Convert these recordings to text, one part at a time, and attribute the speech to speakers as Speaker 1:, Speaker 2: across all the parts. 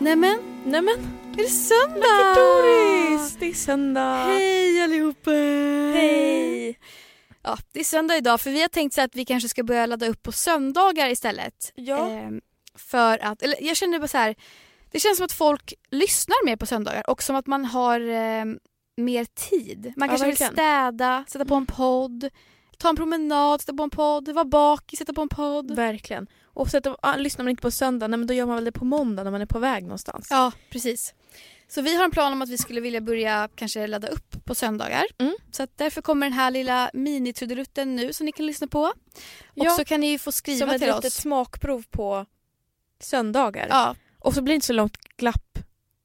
Speaker 1: Nämen, nämen, är det söndag?
Speaker 2: Vacker Doris! Det är söndag.
Speaker 1: Hej allihopa!
Speaker 2: Hej.
Speaker 1: Ja, det är söndag idag för vi har tänkt så att vi kanske ska börja ladda upp på söndagar istället.
Speaker 2: Ja.
Speaker 1: Ehm, för att, eller jag känner bara så här, det känns som att folk lyssnar mer på söndagar och som att man har ehm, mer tid. Man
Speaker 2: Ja,
Speaker 1: kanske vill
Speaker 2: verkligen.
Speaker 1: städa, sätta på en podd, ta en promenad, sätta på en podd, vara bakis, sätta på en podd.
Speaker 2: Verkligen. Och så att, ah, lyssnar man inte på söndag, nej, men då gör man väl det på måndag när man är på väg någonstans.
Speaker 1: Ja, precis. Så vi har en plan om att vi skulle vilja börja kanske ladda upp på söndagar.
Speaker 2: Mm.
Speaker 1: Så att därför kommer den här lilla minitrudelutten nu som ni kan lyssna på. Och
Speaker 2: Ja.
Speaker 1: så kan ni ju få
Speaker 2: Som
Speaker 1: skriva
Speaker 2: ett
Speaker 1: till
Speaker 2: litet
Speaker 1: oss.
Speaker 2: smakprov på söndagar.
Speaker 1: Ja,
Speaker 2: Och så blir det inte så långt glapp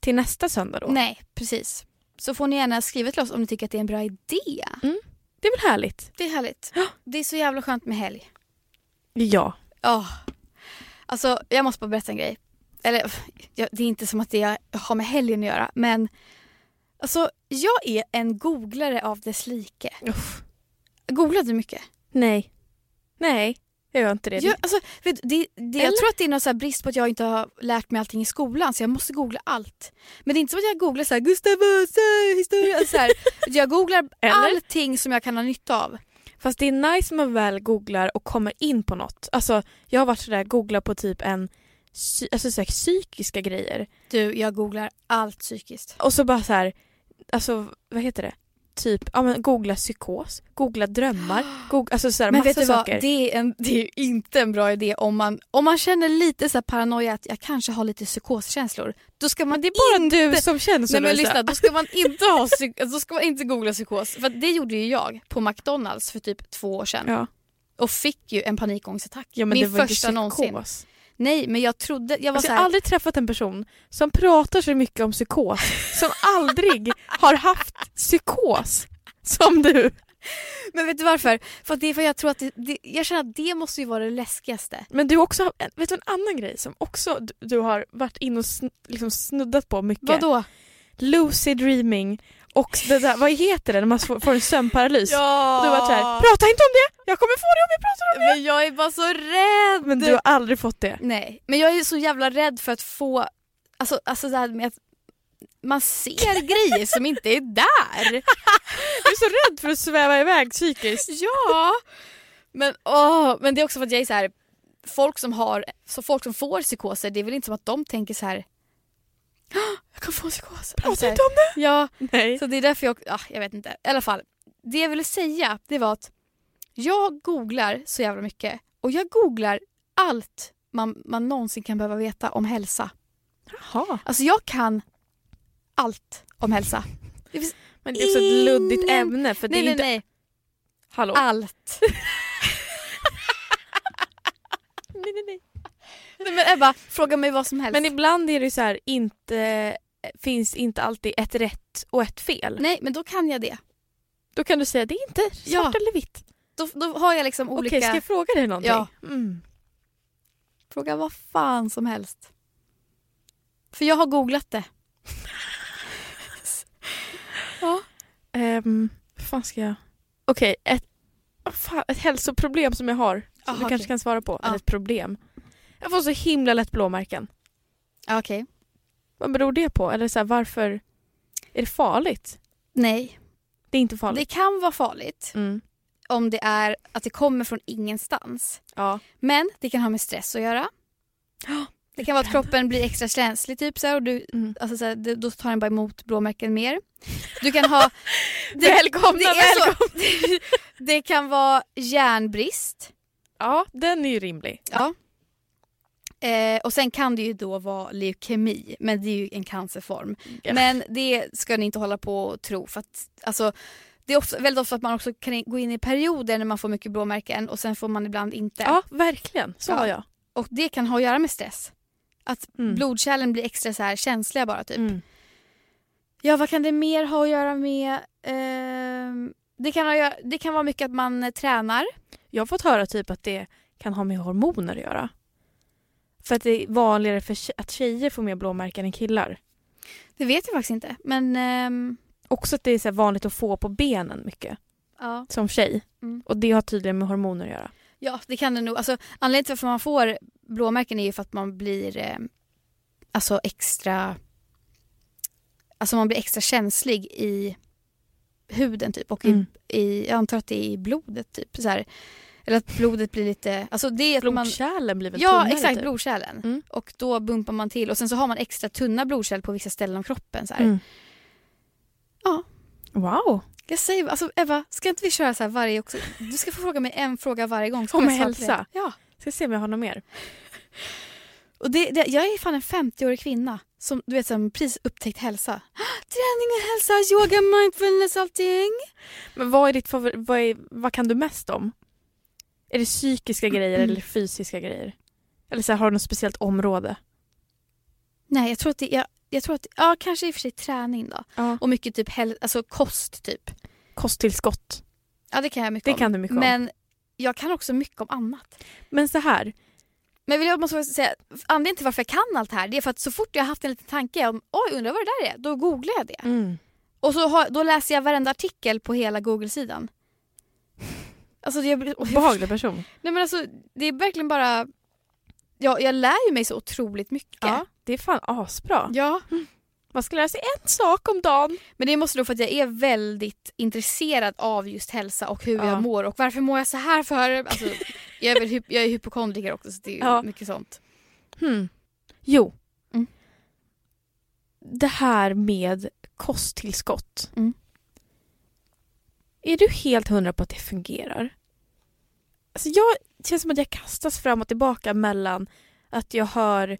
Speaker 2: till nästa söndag då.
Speaker 1: nej, precis. Så får ni gärna skriva till oss om ni tycker att det är en bra idé.
Speaker 2: Det är väl härligt?
Speaker 1: Det är härligt. Det är så jävla skönt med helg.
Speaker 2: Ja.
Speaker 1: Ja. Alltså, jag måste bara berätta en grej. Eller, ja, det är inte som att det har med helgen att göra, men alltså, jag är en googlare av dess like.
Speaker 2: Uff.
Speaker 1: Googlar du mycket?
Speaker 2: Nej. Nej, jag gör inte det.
Speaker 1: Jag, alltså, vet, du, det, det, jag
Speaker 2: Eller?
Speaker 1: tror att det är någon så här brist på att jag inte har lärt mig allting i skolan så jag måste googla allt. Men det är inte som att jag googlar så här, Gustav Vasa historia. alltså Så här, jag googlar
Speaker 2: Eller?
Speaker 1: allting som jag kan ha nytta av.
Speaker 2: Fast det är nice om man väl googlar och kommer in på något. Alltså, jag har varit sådär, googla på typ en psy- alltså, så här, psykiska grejer.
Speaker 1: Du, jag googlar allt psykiskt.
Speaker 2: Och så bara så här, alltså vad heter det? Typ, ja men googla psykos, googla drömmar, googla, alltså sådär
Speaker 1: Men
Speaker 2: massa
Speaker 1: vet du vad,
Speaker 2: saker.
Speaker 1: det är, en, det är ju inte en bra idé om man, om man känner lite så här paranoia att jag kanske har lite psykoskänslor. Då ska man
Speaker 2: Men det är bara
Speaker 1: inte...
Speaker 2: du som känner så.
Speaker 1: Nej men
Speaker 2: Lovisa.
Speaker 1: lyssna, då ska man inte, ha psyk- alltså, då ska man inte googla psykos. För att det gjorde ju jag på McDonalds för typ två år sedan.
Speaker 2: Ja.
Speaker 1: och fick ju en panikångestattack.
Speaker 2: ja, men
Speaker 1: Min
Speaker 2: det var
Speaker 1: första
Speaker 2: inte
Speaker 1: någonsin.
Speaker 2: Någonsin.
Speaker 1: Nej, men jag trodde... Jag var
Speaker 2: Alltså,
Speaker 1: så
Speaker 2: jag har
Speaker 1: här,
Speaker 2: aldrig träffat en person som pratar så mycket om psykos, som aldrig har haft psykos. Som du.
Speaker 1: Men vet du varför? För att det är för jag tror att det, det, jag känner att det måste ju vara det läskigaste.
Speaker 2: Men du också, har- vet du en annan grej som också du, du har varit inne och sn, liksom snuddat på mycket?
Speaker 1: Vadå?
Speaker 2: Lucid dreaming och det där, vad heter det när man får, får en sömnparalys?
Speaker 1: Ja!
Speaker 2: Och du har varit såhär, prata inte om det! Jag kommer få det om jag pratar om det!
Speaker 1: Men jag är bara så rädd!
Speaker 2: Men du har aldrig fått det.
Speaker 1: Nej, men jag är så jävla rädd för att få... Alltså, alltså det här med att man ser grejer som inte är där.
Speaker 2: Du är så rädd för att sväva iväg psykiskt.
Speaker 1: Ja! Men, åh, men det är också för att jag är så här, folk som har, så folk som får psykoser, det är väl inte som att de tänker så här "Åh, jag kan få en psykos. Alltså så
Speaker 2: Prata
Speaker 1: här,
Speaker 2: inte om det!
Speaker 1: Ja,
Speaker 2: Nej.
Speaker 1: så det är därför jag... Ja, jag vet inte. I alla fall, det jag ville säga det var att jag googlar så jävla mycket och jag googlar allt man, man någonsin kan behöva veta om hälsa.
Speaker 2: Jaha.
Speaker 1: Alltså jag kan allt om hälsa.
Speaker 2: Men det är också ett luddigt
Speaker 1: Ingen-
Speaker 2: ämne för det
Speaker 1: Nej,
Speaker 2: är
Speaker 1: nej,
Speaker 2: inte...
Speaker 1: nej.
Speaker 2: Hallå?
Speaker 1: Allt.
Speaker 2: Nej, nej, nej.
Speaker 1: Nej, men Ebba, fråga mig vad som helst.
Speaker 2: Men ibland är det ju så här, inte, eh, finns inte alltid ett rätt och ett fel.
Speaker 1: Nej, men då kan jag det.
Speaker 2: Då kan du säga, det är inte svart
Speaker 1: Ja.
Speaker 2: eller vitt.
Speaker 1: Då, då har jag liksom olika...
Speaker 2: Okej, ska jag fråga dig någonting?
Speaker 1: Ja.
Speaker 2: Mm.
Speaker 1: Fråga vad fan som helst. För jag har googlat det.
Speaker 2: Ehm, vad fan ska jag... Okej, ett, oh, fan, ett hälsoproblem som jag har. Som
Speaker 1: Aha,
Speaker 2: du
Speaker 1: okej.
Speaker 2: kanske kan svara på.
Speaker 1: Ja.
Speaker 2: Eller ett problem. Jag får så himla lätt blåmärken.
Speaker 1: Ja, Ah, Okej.
Speaker 2: Vad beror det på? Eller så här, varför är det farligt?
Speaker 1: Nej.
Speaker 2: Det är inte farligt.
Speaker 1: Det kan vara farligt
Speaker 2: Mm.
Speaker 1: om det är att det kommer från ingenstans.
Speaker 2: Ja.
Speaker 1: Men det kan ha med stress att göra. Det kan vara att kroppen blir extra känslig typ så här, och du,
Speaker 2: Mm.
Speaker 1: alltså, så här, du, då tar den bara emot blåmärken mer. Du kan ha... Det,
Speaker 2: Välkomna,
Speaker 1: det, är så, det, det kan vara järnbrist.
Speaker 2: Ja, den är ju rimlig.
Speaker 1: Ja. Eh, och sen kan det ju då vara leukemi, men det är ju en cancerform.
Speaker 2: Ja.
Speaker 1: Men det ska ni inte hålla på och tro för att alltså, det är ofta, väldigt ofta att man också kan gå in i perioder när man får mycket blåmärken och sen får man ibland inte.
Speaker 2: Ja, verkligen. Så
Speaker 1: Ja.
Speaker 2: var jag.
Speaker 1: Och det kan ha att göra med stress. Att
Speaker 2: Mm.
Speaker 1: blodkärlen blir extra så här känsliga bara typ.
Speaker 2: Mm.
Speaker 1: Ja, vad kan det mer ha att göra med? Ehm, det, kan ha, att göra- det kan vara mycket att man eh, tränar.
Speaker 2: Jag har fått höra typ att det kan ha med hormoner att göra. För att det är vanligare för tje- att tjejer får mer blåmärken än killar.
Speaker 1: Det vet jag faktiskt inte. Men ehm,
Speaker 2: Också att det är så här vanligt att få på benen mycket
Speaker 1: ja.
Speaker 2: som tjej.
Speaker 1: Mm.
Speaker 2: Och det har tydligen med hormoner att göra.
Speaker 1: Ja, det kan det nog. Alltså, anledningen till varför man får blåmärken är ju för att man blir eh, alltså extra alltså man blir extra känslig i huden typ och
Speaker 2: Mm.
Speaker 1: i, i, jag antar att det är i blodet typ så här. Eller att blodet blir lite, alltså det är att man
Speaker 2: Blodkärlen blir väl
Speaker 1: Ja
Speaker 2: tunnare
Speaker 1: exakt,
Speaker 2: typ.
Speaker 1: blodkärlen.
Speaker 2: Mm.
Speaker 1: Och då bumpar man till och sen så har man extra tunna blodkärl på vissa ställen av kroppen. Så här.
Speaker 2: Mm.
Speaker 1: Ja.
Speaker 2: Wow.
Speaker 1: Jag säger, alltså Eva, ska inte vi köra så här varje också? Du ska få fråga mig en fråga varje gång. så
Speaker 2: Om
Speaker 1: får jag svara på
Speaker 2: hälsa.
Speaker 1: det. Ja.
Speaker 2: Ska se om jag har något mer.
Speaker 1: Och det, det, jag är fan en 50-årig kvinna som du vet, som precis upptäckt hälsa. Träning och hälsa, yoga, mindfulness, allting.
Speaker 2: Men vad är ditt favor- vad, är, vad kan du mest om? Är det psykiska grejer
Speaker 1: Mm.
Speaker 2: eller fysiska grejer? Eller så här, har du något speciellt område?
Speaker 1: Nej, jag tror att det jag, jag tror att, ja kanske i och för sig träning då.
Speaker 2: Ja.
Speaker 1: Och mycket typ häl, alltså kost typ.
Speaker 2: Kosttillskott.
Speaker 1: Ja det kan jag mycket
Speaker 2: Det
Speaker 1: om.
Speaker 2: kan du mycket om.
Speaker 1: Men jag kan också mycket om annat.
Speaker 2: Men så här.
Speaker 1: Men vill jag måste också säga, anledningen till varför jag kan allt det här det är för att så fort jag har haft en liten tanke om oj undrar vad det där är, då googlar jag
Speaker 2: Mm.
Speaker 1: det. Och så har, då läser jag varenda artikel på hela google-sidan. Alltså jag, blir- och jag
Speaker 2: Behaglig person.
Speaker 1: Nej men alltså det är verkligen bara, jag, jag lär ju mig så otroligt mycket.
Speaker 2: Det är fan asbra.
Speaker 1: Ja.
Speaker 2: Man ska lära sig en sak om dagen.
Speaker 1: Men det måste då för att jag är väldigt intresserad av just hälsa och hur
Speaker 2: Ja.
Speaker 1: jag mår och varför mår jag så här för? Alltså, jag, är väl, hyp- jag är hypokondriker också så det är ju
Speaker 2: Ja.
Speaker 1: mycket sånt.
Speaker 2: Hmm. Jo.
Speaker 1: Mm.
Speaker 2: Det här med kosttillskott.
Speaker 1: Mm.
Speaker 2: Är du helt hundra på att det fungerar? Alltså jag det känns som att jag kastas fram och tillbaka mellan att jag hör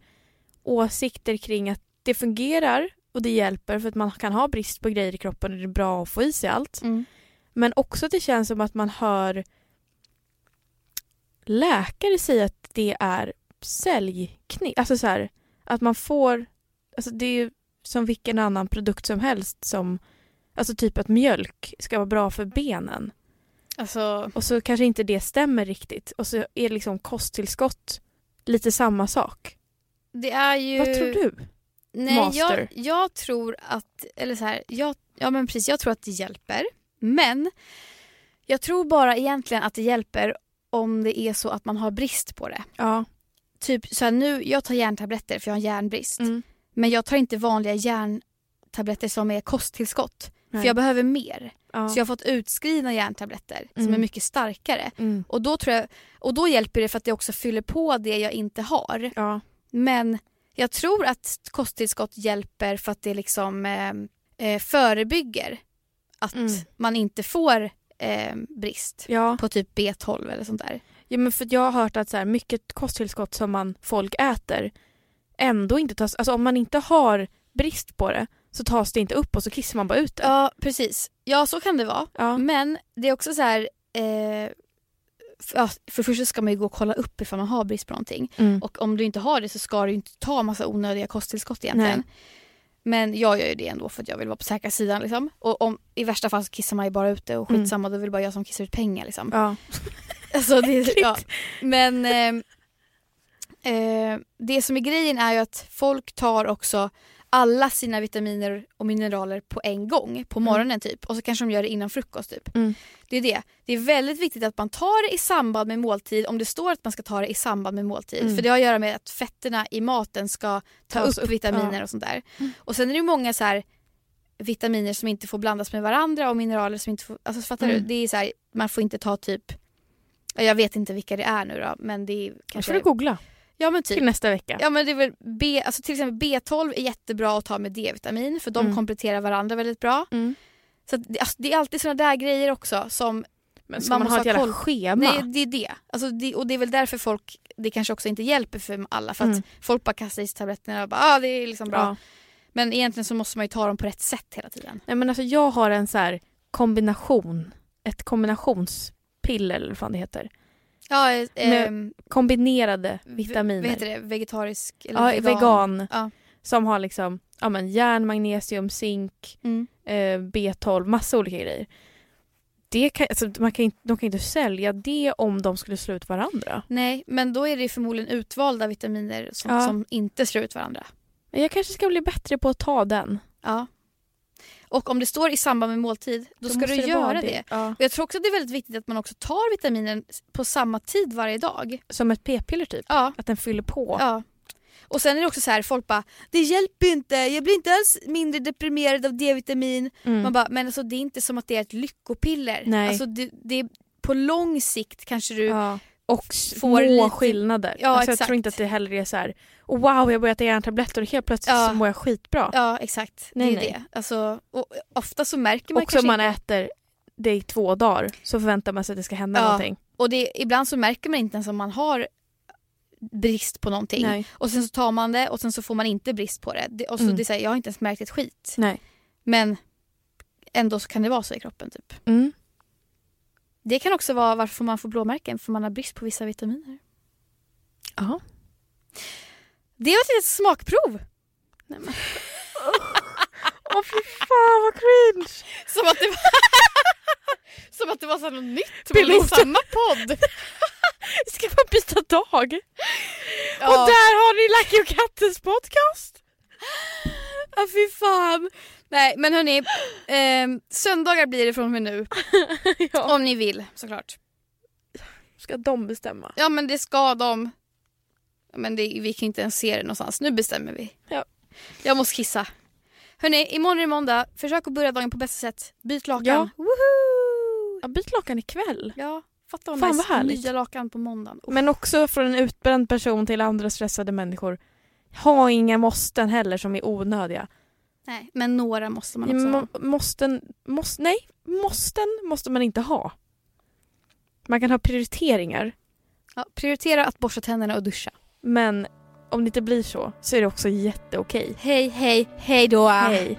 Speaker 2: åsikter kring att det fungerar och det hjälper för att man kan ha brist på grejer i kroppen och det är bra att få i sig allt. Men också att det känns som att man hör läkare säga att det är säljknep. Alltså så här, att man får, alltså det är ju som vilken annan produkt som helst som, alltså typ att mjölk ska vara bra för benen.
Speaker 1: Alltså,
Speaker 2: Och så kanske inte det stämmer riktigt. Och så är liksom kosttillskott lite samma sak.
Speaker 1: det är ju...
Speaker 2: Vad tror du?
Speaker 1: Nej, jag,
Speaker 2: Master?
Speaker 1: jag tror att, eller så här, jag, ja men precis, jag tror att det hjälper. Men jag tror bara egentligen att det hjälper om det är så att man har brist på det.
Speaker 2: Ja.
Speaker 1: typ så här, nu, jag tar järntabletter för jag har järnbrist.
Speaker 2: Mm.
Speaker 1: Men jag tar inte vanliga järntabletter som är kosttillskott. För
Speaker 2: Nej.
Speaker 1: jag behöver mer.
Speaker 2: ja.
Speaker 1: Så jag har fått utskrivna järntabletter som
Speaker 2: Mm.
Speaker 1: är mycket starkare.
Speaker 2: Mm.
Speaker 1: Och då, tror jag, och då hjälper det för att det också fyller på det jag inte har.
Speaker 2: ja.
Speaker 1: Men jag tror att kosttillskott hjälper för att det liksom eh, eh, förebygger att
Speaker 2: Mm.
Speaker 1: man inte får eh, brist
Speaker 2: Ja.
Speaker 1: på typ B12 eller sånt där.
Speaker 2: Ja, men för att jag har hört att så här, mycket kosttillskott som man folk äter ändå inte tas, alltså om man inte har brist på det så tas det inte upp och så kissar man bara ut det.
Speaker 1: Ja, precis. Ja, så kan det vara.
Speaker 2: Ja.
Speaker 1: Men det är också så här... Eh, för, ja, för det första ska man ju gå och kolla upp ifall man har brist på någonting.
Speaker 2: Mm.
Speaker 1: Och om du inte har det så ska du ju inte ta massa onödiga kosttillskott egentligen. Men jag gör ju det ändå för att jag vill vara på säkra sidan. Liksom. Och om, i värsta fall så kissar man ju bara ut det och
Speaker 2: Mm.
Speaker 1: skitsamma då vill bara jag som kissar ut pengar. Liksom.
Speaker 2: Ja.
Speaker 1: Alltså, det, ja. Men eh, eh, det som är grejen är ju att folk tar också alla sina vitaminer och mineraler på en gång på
Speaker 2: Mm.
Speaker 1: morgonen typ och så kanske de gör det innan frukost typ.
Speaker 2: Mm.
Speaker 1: Det är det. Det är väldigt viktigt att man tar det i samband med måltid om det står att man ska ta det i samband med måltid.
Speaker 2: Mm.
Speaker 1: För det har att göra med att fetterna i maten ska ta
Speaker 2: Tas
Speaker 1: upp,
Speaker 2: upp, Mm.
Speaker 1: vitaminer och sånt där. Och sen är det ju många så här vitaminer som inte får blandas med varandra och mineraler som inte får... Alltså fattar
Speaker 2: Mm.
Speaker 1: du? Det är så här, man får inte ta typ... ja, Jag vet inte vilka det är nu då men det är
Speaker 2: Då
Speaker 1: kanske...
Speaker 2: får du googla
Speaker 1: ja men typ.
Speaker 2: till nästa vecka.
Speaker 1: Ja men det är väl B, alltså till exempel B12 är jättebra att ta med D-vitamin för de
Speaker 2: Mm.
Speaker 1: kompletterar varandra väldigt bra.
Speaker 2: Mm.
Speaker 1: Så att det, alltså, det är alltid såna där grejer också som
Speaker 2: Men ska
Speaker 1: Man
Speaker 2: man,
Speaker 1: måste
Speaker 2: ha ett
Speaker 1: ha koll.
Speaker 2: jävla schema?
Speaker 1: Nej, det är det. Alltså, det. Och det är väl därför folk, det kanske också inte hjälper för alla. För att
Speaker 2: Mm.
Speaker 1: folk bara kastar i sig tabletterna och bara, ah, det är liksom bra.
Speaker 2: Ja.
Speaker 1: Men egentligen så måste man ju ta dem på rätt sätt hela tiden.
Speaker 2: Nej men alltså jag har en så här kombination, ett kombinationspiller eller vad fan det heter.
Speaker 1: Ja, eh,
Speaker 2: Med
Speaker 1: ehm,
Speaker 2: Kombinerade
Speaker 1: v-
Speaker 2: vitaminer.
Speaker 1: Vad heter det? Vegetarisk? Eller
Speaker 2: ja,
Speaker 1: vegan.
Speaker 2: vegan.
Speaker 1: Ja.
Speaker 2: Som har liksom ja, men järn, magnesium, zink,
Speaker 1: Mm.
Speaker 2: eh, B12, massa olika grejer. Det kan, alltså, man kan, inte- de kan inte sälja det om de skulle slå ut varandra.
Speaker 1: Nej, men då är det ju förmodligen utvalda vitaminer som,
Speaker 2: Ja.
Speaker 1: som inte slår ut varandra.
Speaker 2: Men Jag kanske ska bli bättre på att ta den.
Speaker 1: Ja. Och om det står i samband med måltid, då, ska du
Speaker 2: måste vara
Speaker 1: göra det.
Speaker 2: Ja.
Speaker 1: Och jag tror också att det är väldigt viktigt att man också tar vitaminen på samma tid varje dag.
Speaker 2: Som ett p-piller typ.
Speaker 1: Ja.
Speaker 2: Att den fyller på.
Speaker 1: Ja. Och sen är det också så här, folk bara “det hjälper ju inte, jag blir inte alls mindre deprimerad av D-vitamin”.
Speaker 2: Mm.
Speaker 1: Man bara, men alltså det är inte som att det är ett lyckopiller.
Speaker 2: Nej.
Speaker 1: Alltså det, det är, på lång sikt kanske du...
Speaker 2: Ja. Och
Speaker 1: får
Speaker 2: får
Speaker 1: lite-
Speaker 2: lite... skillnader.
Speaker 1: Ja,
Speaker 2: alltså, jag
Speaker 1: exakt.
Speaker 2: tror inte att det heller är så här, oh, wow jag börjar äta järntabletter och helt plötsligt
Speaker 1: Ja.
Speaker 2: så mår jag skitbra.
Speaker 1: Ja exakt,
Speaker 2: Nej,
Speaker 1: det är
Speaker 2: nej.
Speaker 1: det. Alltså, och ofta så märker man
Speaker 2: och
Speaker 1: kanske
Speaker 2: om man
Speaker 1: inte,
Speaker 2: äter det i två dagar så förväntar man sig att det ska hända
Speaker 1: Ja,
Speaker 2: någonting.
Speaker 1: och det, ibland så märker man inte ens om man har brist på någonting.
Speaker 2: Nej.
Speaker 1: Och sen så tar man det och sen så får man inte brist på det. det och så
Speaker 2: Mm.
Speaker 1: det är så här, jag har inte ens märkt ett skit.
Speaker 2: Nej.
Speaker 1: Men ändå så kan det vara så i kroppen typ.
Speaker 2: Mm.
Speaker 1: Det kan också vara varför man får blåmärken, för man har brist på vissa vitaminer.
Speaker 2: Ja.
Speaker 1: Det var ett litet smakprov!
Speaker 2: Åh fy fan vad cringe!
Speaker 1: Som att det var, som att det var så här något nytt. men
Speaker 2: Pilot.
Speaker 1: i samma podd!
Speaker 2: Ska man byta dag? Och
Speaker 1: Ja.
Speaker 2: där har ni Lucky och Kattens podcast!
Speaker 1: Ja, fy fan. Nej, men hörni. Eh, söndagar blir det från och med nu.
Speaker 2: ja.
Speaker 1: Om ni vill, såklart.
Speaker 2: Ska de bestämma?
Speaker 1: Ja, men det ska de. Ja, Men det, vi kan inte ens se det någonstans. Nu bestämmer vi.
Speaker 2: Ja.
Speaker 1: Jag måste kissa. Hörni, imorgon är det måndag. Försök att börja dagen på bästa sätt. Byt lakan.
Speaker 2: Ja.
Speaker 1: Woohoo!
Speaker 2: Ja, byt lakan ikväll.
Speaker 1: Ja, fatta vad
Speaker 2: Fan,
Speaker 1: nice.
Speaker 2: vad härligt.
Speaker 1: Nya lakan på måndagen. Oh,
Speaker 2: Men också från en utbränd person till andra stressade människor. Ha inga måsten heller som är onödiga.
Speaker 1: nej, men några måste man också
Speaker 2: Ja,
Speaker 1: ha.
Speaker 2: må- måsten, måste, nej, måsten måste man inte ha. Man kan ha prioriteringar,
Speaker 1: Ja, prioritera att borsta tänderna och duscha.
Speaker 2: men om det inte blir så så är det också jätteokej.
Speaker 1: Hej, hej, hej då!
Speaker 2: Hej.